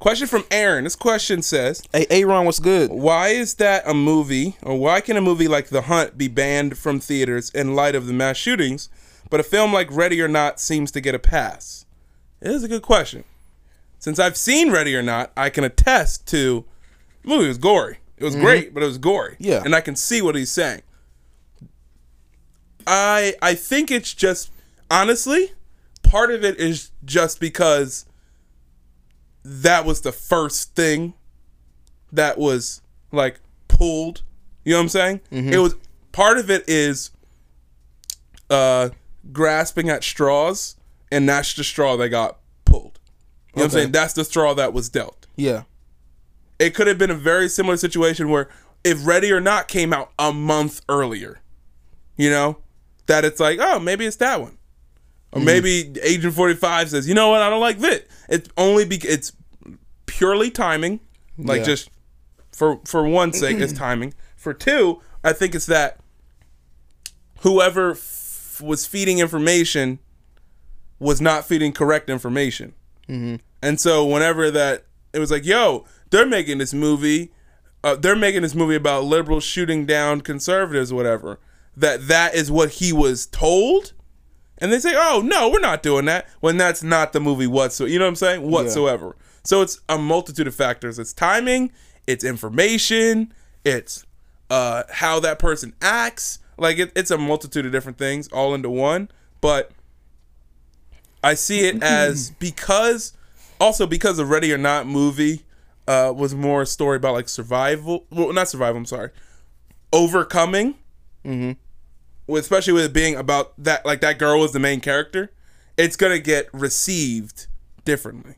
Speaker 2: Question from Aaron. This question says,
Speaker 3: Hey, Aaron, what's good?
Speaker 2: Why is that a movie, or why can a movie like The Hunt be banned from theaters in light of the mass shootings, but a film like Ready or Not seems to get a pass? It is a good question. Since I've seen Ready or Not, I can attest to the movie was gory. It was great, but it was gory.
Speaker 3: Yeah.
Speaker 2: And I can see what he's saying. I I think it's just honestly, part of it is just because that was the first thing that was like pulled. You know what I'm saying? It was part of it is uh grasping at straws, and that's the straw that got pulled. You know what I'm
Speaker 3: Okay.
Speaker 2: saying? That's the straw that was dealt.
Speaker 3: Yeah.
Speaker 2: It could have been a very similar situation where if Ready or Not came out a month earlier, you know, that it's like, oh, maybe it's that one. Or maybe Agent 45 says, you know what, I don't like Vit. It's only be it's purely timing. Like
Speaker 3: Yeah.
Speaker 2: just for for one sake, it's timing. For two, I think it's that whoever f- was feeding information was not feeding correct information. And so whenever that it was like, yo, they're making this movie, uh, they're making this movie about liberals shooting down conservatives, or whatever. That that is what he was told, and they say, oh no, we're not doing that. When that's not the movie whatsoever. You know what I'm saying? Whatsoever. So it's a multitude of factors. It's timing. It's information. It's uh, how that person acts. Like it, it's a multitude of different things all into one. But I see it as because also because the Ready or Not movie uh, was more a story about like survival. Well, not survival. I'm sorry, overcoming. Mm-hmm. Especially with it being about that, like that girl was the main character, it's gonna get received differently.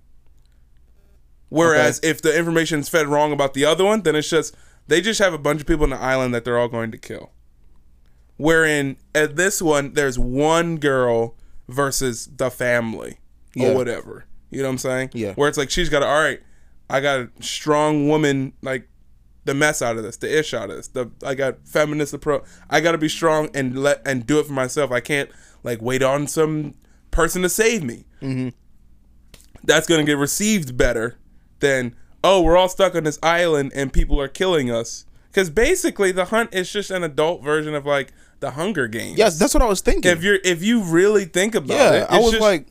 Speaker 2: Whereas if the information is fed wrong about the other one, then it's just they just have a bunch of people on the island that they're all going to kill. Wherein at this one, there's one girl versus the family
Speaker 3: Yeah.
Speaker 2: or whatever. You know what I'm saying?
Speaker 3: Yeah.
Speaker 2: Where it's like she's got to, all right, I got a strong woman like the mess out of this, the ish out of this. The I got feminist approach. I got to be strong and let and do it for myself. I can't like wait on some person to save me. Mm-hmm. That's gonna get received better than oh we're all stuck on this island and people are killing us. Because basically the hunt is just an adult version of like the Hunger Games.
Speaker 3: Yes, that's what I was thinking.
Speaker 2: If you're if you really think about it,
Speaker 3: yeah, I
Speaker 2: it's
Speaker 3: was
Speaker 2: just-
Speaker 3: like,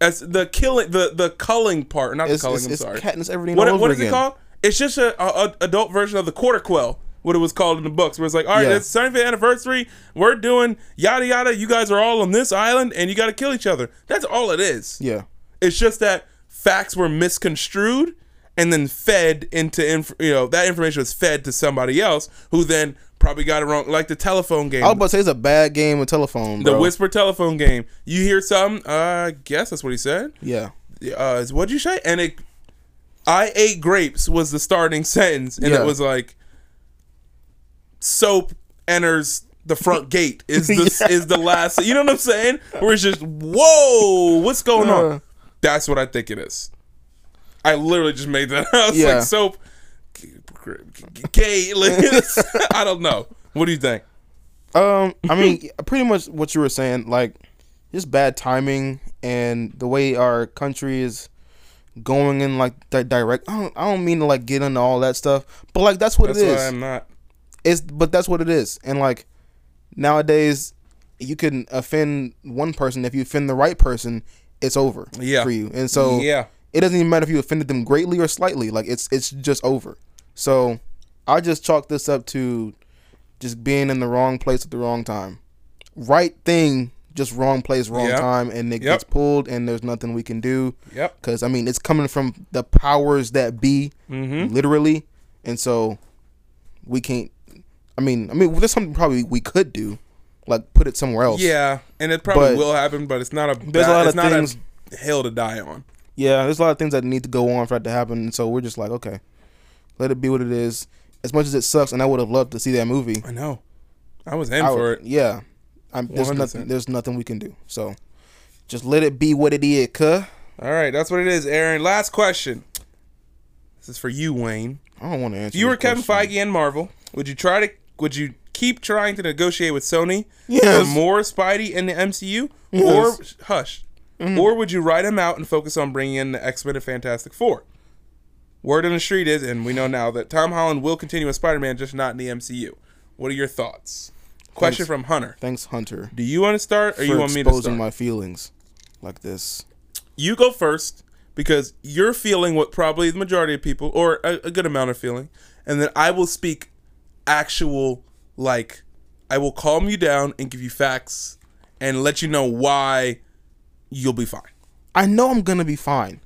Speaker 2: as the killing, the the culling part, not
Speaker 3: It's-
Speaker 2: the culling.
Speaker 3: it's-
Speaker 2: I'm
Speaker 3: it's
Speaker 2: sorry.
Speaker 3: Katniss Everdeen
Speaker 2: What,
Speaker 3: all
Speaker 2: what
Speaker 3: over
Speaker 2: is it
Speaker 3: again.
Speaker 2: called? It's just a, a, a adult version of the quarter quell, what it was called in the books, where it's like, all right,
Speaker 3: Yeah.
Speaker 2: it's 75th anniversary. We're doing yada yada. You guys are all on this island, and you got to kill each other. That's all it is.
Speaker 3: yeah,
Speaker 2: It's just that facts were misconstrued and then fed into inf- you know that information was fed to somebody else who then probably got it wrong, like the telephone game.
Speaker 3: I was about to say it's a bad game of telephone.
Speaker 2: the
Speaker 3: bro.
Speaker 2: whisper telephone game. You hear something? I guess that's what he said
Speaker 3: Yeah,
Speaker 2: uh, is what'd you say? And it, I ate grapes was the starting sentence, and
Speaker 3: Yeah.
Speaker 2: it was like, soap enters the front gate is the
Speaker 3: Yeah.
Speaker 2: is the last. You know what I'm saying? Where it's just whoa, what's going
Speaker 3: Uh.
Speaker 2: on? That's what I think it is. I literally just made that. I was
Speaker 3: Yeah.
Speaker 2: like soap, g- g- gate. like, it's- I don't know. What do you think?
Speaker 3: Um, I mean, pretty much what you were saying, like just bad timing and the way our country is going in like di- direct. I don't, I don't mean to like get into all that stuff, but like that's what
Speaker 2: That's
Speaker 3: it
Speaker 2: why
Speaker 3: is.
Speaker 2: I'm not.
Speaker 3: It's but that's what it is, and like nowadays, you can offend one person if you offend the right person, it's over.
Speaker 2: Yeah.
Speaker 3: for you, and so
Speaker 2: Yeah.
Speaker 3: it doesn't even matter if you offended them greatly or slightly. Like it's it's just over. So I just chalk this up to just being in the wrong place at the wrong time. Right thing, just wrong place, wrong
Speaker 2: Yep.
Speaker 3: time, and it
Speaker 2: Yep.
Speaker 3: gets pulled, and there's nothing we can do.
Speaker 2: Yep.
Speaker 3: Because I mean, it's coming from the powers that be,
Speaker 2: Mm-hmm.
Speaker 3: literally, and so we can't. I mean, I mean, there's something probably we could do, like put it somewhere else.
Speaker 2: Yeah, and it probably
Speaker 3: But-
Speaker 2: will happen, but it's not a.
Speaker 3: There's a lot
Speaker 2: it's
Speaker 3: of
Speaker 2: not
Speaker 3: things-
Speaker 2: a hill to die on.
Speaker 3: Yeah, there's a lot of things that need to go on for that to happen. And so we're just like, okay, let it be what it is. As much as it sucks, and I would have loved to see that movie.
Speaker 2: I know. I was in
Speaker 3: I
Speaker 2: for
Speaker 3: would,
Speaker 2: it.
Speaker 3: yeah, I'm, there's
Speaker 2: 100%.
Speaker 3: nothing. There's nothing we can do. So just let it be what it is, cuh.
Speaker 2: All right, that's what it is, Aaron. Last question. This is for you, Wayne.
Speaker 3: I don't want to answer.
Speaker 2: If you
Speaker 3: this
Speaker 2: were Kevin
Speaker 3: question.
Speaker 2: Feige and Marvel, would you try to? Would you keep trying to negotiate with Sony
Speaker 3: Yes.
Speaker 2: for more Spidey in the MCU,
Speaker 3: Yes. Mm-hmm.
Speaker 2: or hush, or would you write him out and focus on bringing in the X Men and Fantastic Four? Word on the street is, and we know now that Tom Holland will continue as Spider Man, just not in the MCU. What are your thoughts? Question
Speaker 3: Thanks.
Speaker 2: from Hunter.
Speaker 3: Thanks, Hunter,
Speaker 2: Do you want to start, or
Speaker 3: for
Speaker 2: you want me to
Speaker 3: exposing
Speaker 2: start?
Speaker 3: my feelings like this.
Speaker 2: you go first because you're feeling what probably the majority of people or a, a good amount of feeling and then i will speak actual like i will calm you down and give you facts and let you know why you'll be fine
Speaker 3: I know I'm gonna be fine.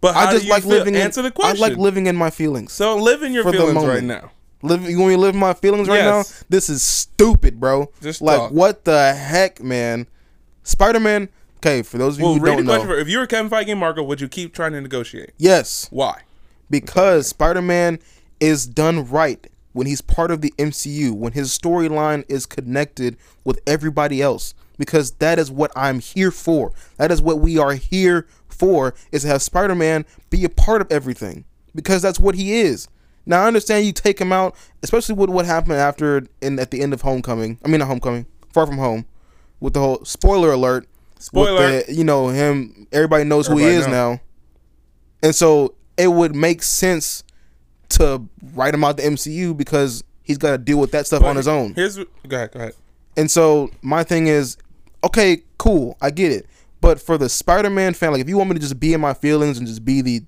Speaker 2: but how
Speaker 3: I just
Speaker 2: do you
Speaker 3: like
Speaker 2: feel?
Speaker 3: living.
Speaker 2: answer
Speaker 3: in,
Speaker 2: the question
Speaker 3: I like living in my feelings.
Speaker 2: so live in your
Speaker 3: for the
Speaker 2: feelings
Speaker 3: moment.
Speaker 2: right now
Speaker 3: Live, you want me to live my feelings right
Speaker 2: Yes.
Speaker 3: now? This is stupid, bro.
Speaker 2: Just
Speaker 3: like
Speaker 2: talk.
Speaker 3: what the heck, man? Spider Man. Okay, for those of you
Speaker 2: well
Speaker 3: who
Speaker 2: read the
Speaker 3: don't know,
Speaker 2: question for, if you were kevin feige and marco would you keep trying to negotiate
Speaker 3: yes,
Speaker 2: why
Speaker 3: because Spider Man is done right when he's part of the MCU, when his storyline is connected with everybody else, because that is what I'm here for. That is what we are here for is to have Spider Man be a part of everything, because that's what he is. Now I understand you take him out, especially with what happened after in at the end of Homecoming. I mean, not Homecoming, Far From Home, with the whole spoiler alert. with
Speaker 2: Spoiler.
Speaker 3: the, you know him. Everybody knows who he
Speaker 2: Everybody
Speaker 3: is
Speaker 2: know.
Speaker 3: now. And so it would make sense to write him out the MCU because he's got to deal with that stuff on his own.
Speaker 2: here's what- go ahead go ahead
Speaker 3: And so my thing is, okay, cool, I get it. But for the Spider-Man fan, like if you want me to just be in my feelings and just be the,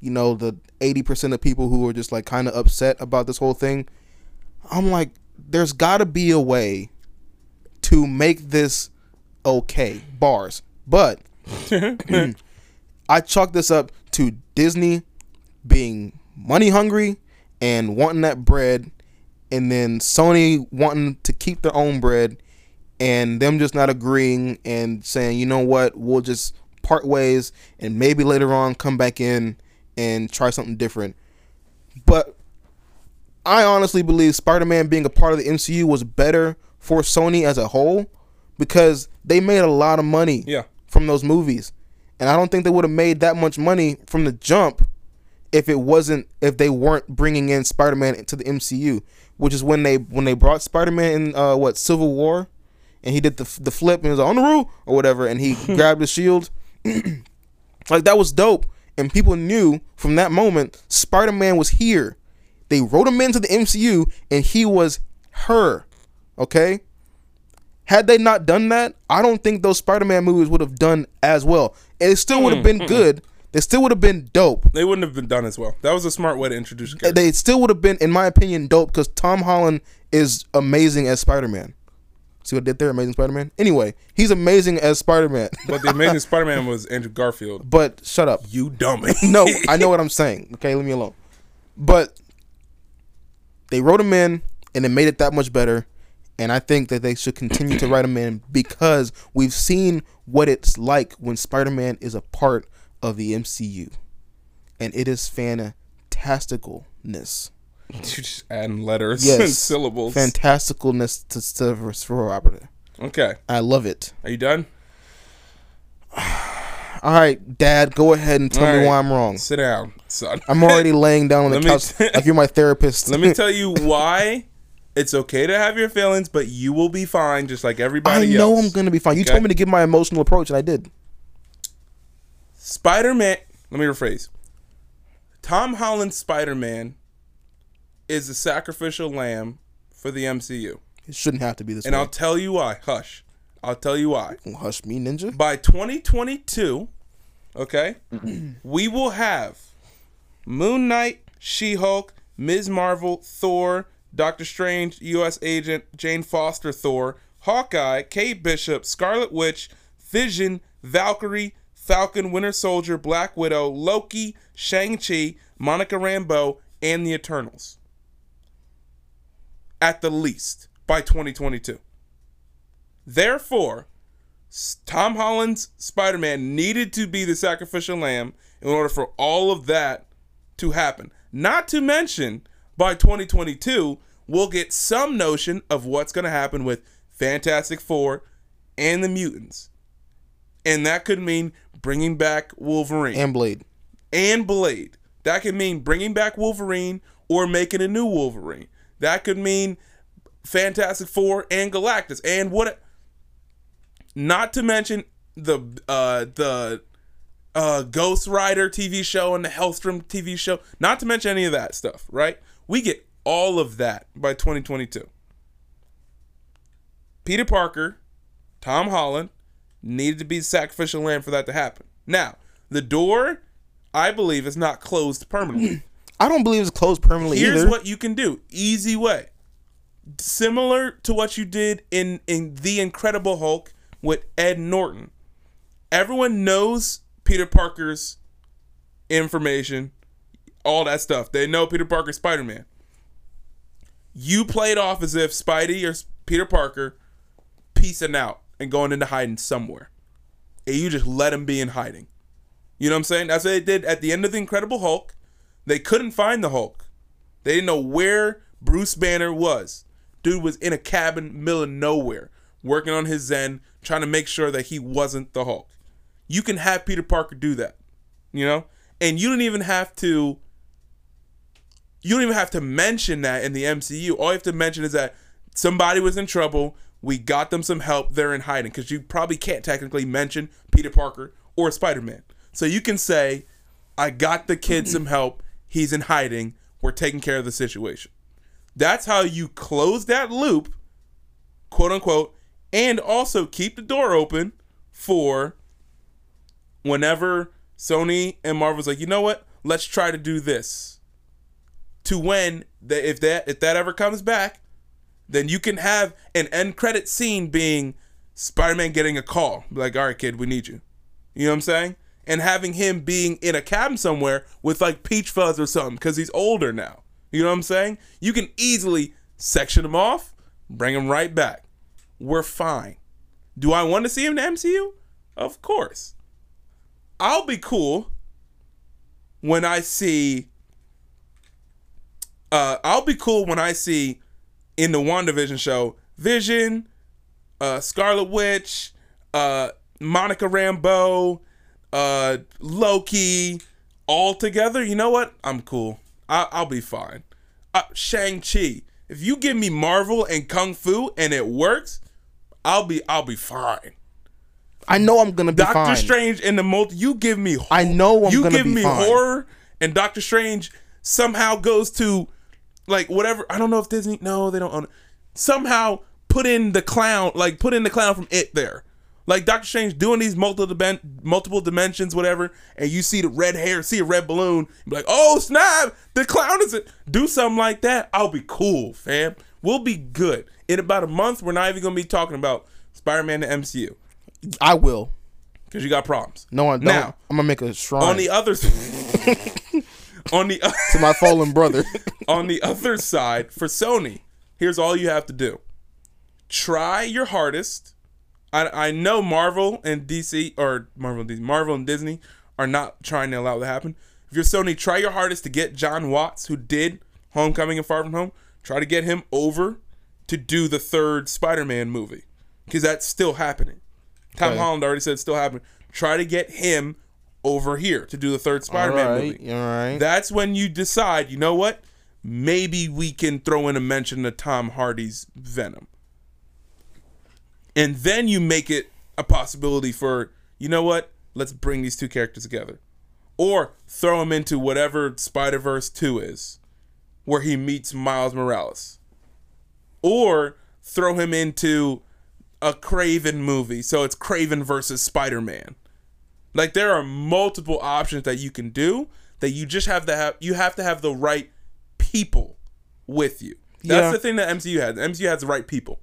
Speaker 3: you know, the eighty percent of people who are just like kind of upset about this whole thing, I'm like, there's got to be a way to make this okay bars. But I chalk this up to Disney being money hungry and wanting that bread, and then Sony wanting to keep their own bread, and them just not agreeing and saying, you know what, we'll just part ways and maybe later on come back in and try something different. But I honestly believe Spider Man being a part of the MCU was better for Sony as a whole because they made a lot of money
Speaker 2: Yeah.
Speaker 3: from those movies. And I don't think they would have made that much money from the jump if it wasn't if they weren't bringing in Spider-Man into the MCU, which is when they when they brought Spider-Man in uh, what Civil War, and he did the the flip and he was like, on the roof or whatever, and he grabbed the shield, like that was dope, and people knew from that moment Spider-Man was here. They wrote him into the MCU, and he was her. Okay. Had they not done that, I don't think those Spider-Man movies would have done as well. And it still would have been good. They still would have been dope
Speaker 2: They wouldn't have been done as well. That was a smart way to introduce a character.
Speaker 3: they still would have been, in my opinion, dope because Tom Holland is amazing as Spider Man. See what I did there? Amazing Spider Man. Anyway, he's amazing as Spider Man.
Speaker 2: But the Amazing Spider-Man was Andrew Garfield.
Speaker 3: but shut up.
Speaker 2: You dummy.
Speaker 3: No, I know what I'm saying. Okay, leave me alone. But they wrote him in, and it made it that much better. And I think that they should continue to write him in because we've seen what it's like when Spider-Man is a part of the MCU, and it is fantasticalness.
Speaker 2: You're just adding letters and
Speaker 3: yes,
Speaker 2: syllables.
Speaker 3: fantasticalness to Silver Operator.
Speaker 2: okay.
Speaker 3: I love it.
Speaker 2: Are you done?
Speaker 3: All right, Dad, go ahead and tell
Speaker 2: All
Speaker 3: me
Speaker 2: right.
Speaker 3: why I'm wrong.
Speaker 2: Sit down, son.
Speaker 3: I'm already laying down on the
Speaker 2: Let me-
Speaker 3: couch like you're my therapist.
Speaker 2: Let me tell you why it's okay to have your feelings, but you will be fine just like
Speaker 3: I
Speaker 2: everybody
Speaker 3: know
Speaker 2: else.
Speaker 3: I'm gonna be fine. You
Speaker 2: Okay.
Speaker 3: told me to give my emotional approach, and I did.
Speaker 2: Spider Man. Let me rephrase. Tom Holland's Spider Man is a sacrificial lamb for the MCU,
Speaker 3: It shouldn't have to be this
Speaker 2: and
Speaker 3: way.
Speaker 2: I'll tell you why. Hush. I'll tell you why.
Speaker 3: Hush me, ninja.
Speaker 2: By 2022, okay, we will have Moon Knight, She Hulk, Ms. Marvel, Thor, Doctor Strange, U.S. Agent, Jane Foster, Thor, Hawkeye, Kate Bishop, Scarlet Witch, Vision, Valkyrie, Falcon, Winter Soldier, Black Widow, Loki, Shang-Chi, Monica Rambeau, and the Eternals. At the least by 2022. Therefore, S- Tom Holland's Spider Man needed to be the sacrificial lamb in order for all of that to happen. Not to mention, by 2022, we'll get some notion of what's going to happen with Fantastic Four and the mutants. And that could mean bringing back Wolverine
Speaker 3: And Blade.
Speaker 2: and Blade. That could mean bringing back Wolverine or making a new Wolverine. That could mean Fantastic Four and Galactus and what. Not to mention the uh, the uh, Ghost Rider TV show and the Hellstrom TV show. Not to mention any of that stuff. Right? We get all of that by 2022. Peter Parker, Tom Holland needed to be the sacrificial lamb for that to happen. Now, the door, I believe, is not closed permanently.
Speaker 3: I don't believe it's closed permanently
Speaker 2: Here's
Speaker 3: either.
Speaker 2: what you can do. Easy way. Similar to what you did in, in The Incredible Hulk with Ed Norton. Everyone knows Peter Parker's information, all that stuff. They know Peter Parker's Spider Man. You played off as if Spidey or S- Peter Parker piecing out and going into hiding somewhere. And you just let him be in hiding. You know what I'm saying? That's what they did at the end of The Incredible Hulk. They couldn't find the Hulk. They didn't know where Bruce Banner was. Dude was in a cabin, middle of nowhere, working on his Zen, trying to make sure that he wasn't the Hulk. You can have Peter Parker do that, you know, and you don't even have to. You don't even have to mention that in the MCU. All you have to mention is that somebody was in trouble. We got them some help. They're in hiding because you probably can't technically mention Peter Parker or Spider Man. So you can say, I got the kid some help. He's in hiding. We're taking care of the situation. That's how you close that loop, quote unquote, and also keep the door open for whenever Sony and Marvel's like, you know what? Let's try to do this. To when that if that if that ever comes back, then you can have an end credit scene being Spider-Man getting a call. Like, all right, kid, we need you. You know what I'm saying? And having him being in a cabin somewhere with like peach fuzz or something because he's older now. You know what I'm saying? You can easily section him off, bring him right back. We're fine. Do I want to see him in the MCU? Of course. I'll be cool when I see. Uh, I'll be cool when I see in the WandaVision show Vision, uh, Scarlet Witch, uh, Monica Rambeau, uh, Loki, all together. You know what? I'm cool. I- I'll be fine. Uh, Shang Chi. If you give me Marvel and Kung Fu and it works, I'll be I'll be fine.
Speaker 3: I know I'm gonna be
Speaker 2: Doctor
Speaker 3: fine.
Speaker 2: Strange and the multi. You give me. Horror.
Speaker 3: I know I'm
Speaker 2: you
Speaker 3: gonna
Speaker 2: give
Speaker 3: be
Speaker 2: me
Speaker 3: fine.
Speaker 2: horror, and Doctor Strange somehow goes to like whatever. I don't know if Disney. No, they don't own it. Somehow put in the clown, like put in the clown from it there. Like Doctor Strange doing these multiple dimen- multiple dimensions, whatever, and you see the red hair, see a red balloon, be like, oh snap, the clown is it. Do something like that. I'll be cool, fam. We'll be good. In about a month, we're not even gonna be talking about Spider-Man to MCU
Speaker 3: I will.
Speaker 2: because you got problems.
Speaker 3: No, I don't.
Speaker 2: Now,
Speaker 3: I'm gonna make a shrine
Speaker 2: on the other on the
Speaker 3: to my fallen brother.
Speaker 2: on the other side for Sony, here's all you have to do: try your hardest. I, I know Marvel and DC or Marvel and DC, Marvel and Disney are not trying to allow that to happen. If you're Sony, try your hardest to get John Watts, who did Homecoming and Far From Home, try to get him over to do the third Spider-Man movie because that's still happening. Tom
Speaker 3: Okay.
Speaker 2: Holland already said it's still happening. Try to get him over here to do the third
Speaker 3: all
Speaker 2: Spider-Man
Speaker 3: right,
Speaker 2: movie.
Speaker 3: all right.
Speaker 2: That's when you decide, you know what? Maybe we can throw in a mention of Tom Hardy's Venom. And then you make it a possibility for, you know what? Let's bring these two characters together. Or throw him into whatever Spider Verse 2 is, where he meets Miles Morales. Or throw him into a Craven movie. So it's Craven versus Spider Man. Like there are multiple options that you can do that you just have to have you have to have the right people with you. That's
Speaker 3: Yeah.
Speaker 2: the thing that MCU has. MCU has the right people.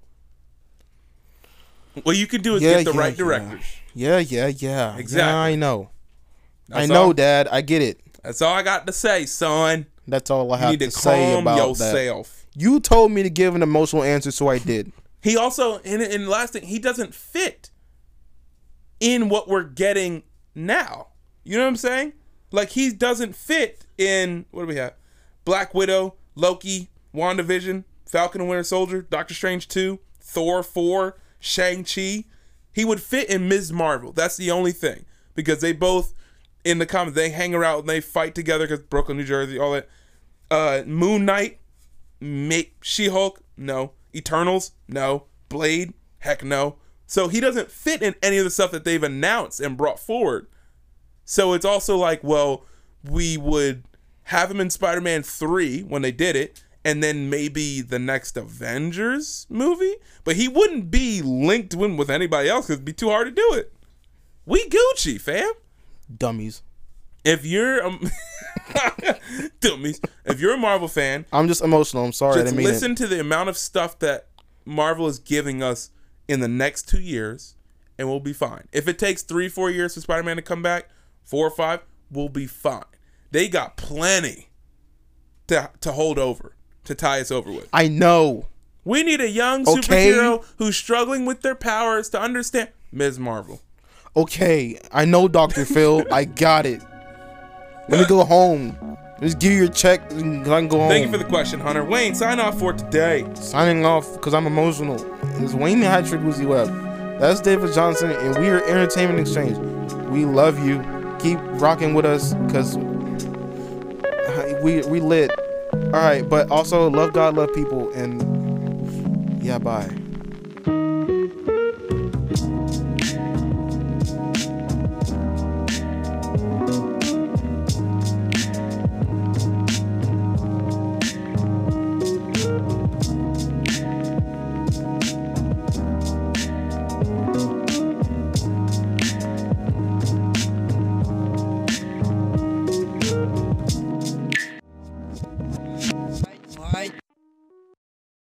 Speaker 2: What you can do is
Speaker 3: Yeah,
Speaker 2: get the
Speaker 3: yeah,
Speaker 2: right
Speaker 3: yeah.
Speaker 2: directors.
Speaker 3: yeah, yeah, yeah.
Speaker 2: Exactly.
Speaker 3: Yeah, I know. I
Speaker 2: That's
Speaker 3: know,
Speaker 2: all.
Speaker 3: Dad. I get it.
Speaker 2: That's all I got to say, son.
Speaker 3: That's all I
Speaker 2: You
Speaker 3: have
Speaker 2: need to,
Speaker 3: to, say
Speaker 2: calm
Speaker 3: about that.
Speaker 2: yourself.
Speaker 3: You told me to give an emotional answer, so I did.
Speaker 2: He also and and last thing, he doesn't fit in what we're getting now. You know what I'm saying? Like he doesn't fit in what do we have? Black Widow, Loki, WandaVision, Falcon and Winter Soldier, Doctor Strange 2, Thor 4, Shang-Chi. He would fit in Ms. Marvel. That's the only thing. Because they both in the comics, they hang around and they fight together because Brooklyn, New Jersey, all that. Uh Moon Knight, make She Hulk? No. Eternals? No. Blade? Heck no. So he doesn't fit in any of the stuff that they've announced and brought forward. So it's also like, well, we would have him in Spider Man 3 when they did it, and then maybe the next Avengers movie? But he wouldn't be linked in with anybody else because it'd be too hard to do it. We Gucci, fam
Speaker 3: Dummies.
Speaker 2: if you're um, dummies, if you're a Marvel fan,
Speaker 3: I'm just emotional. I'm sorry. I
Speaker 2: just
Speaker 3: didn't mean
Speaker 2: listen to the amount of stuff that Marvel is giving us in the next two years, and we'll be fine. If it takes three, four years for Spider-Man to come back, four or five, we'll be fine. They got plenty to to hold over to tie us over with.
Speaker 3: it. I know.
Speaker 2: We need a young
Speaker 3: Okay.
Speaker 2: superhero who's struggling with their powers to understand Ms. Marvel.
Speaker 3: Okay, I know, Doctor Phil. I got it. Let me go home. Just give you your check. And I can go home.
Speaker 2: Thank you for the question, Hunter. Wayne, sign off for today.
Speaker 3: signing off because I'm emotional. It's Wayne Hatrick Woozy Web. That's David Johnson, and we are Entertainment Exchange. We love you. Keep rocking with us because we we lit. All right, but also love God, love people, and yeah, bye.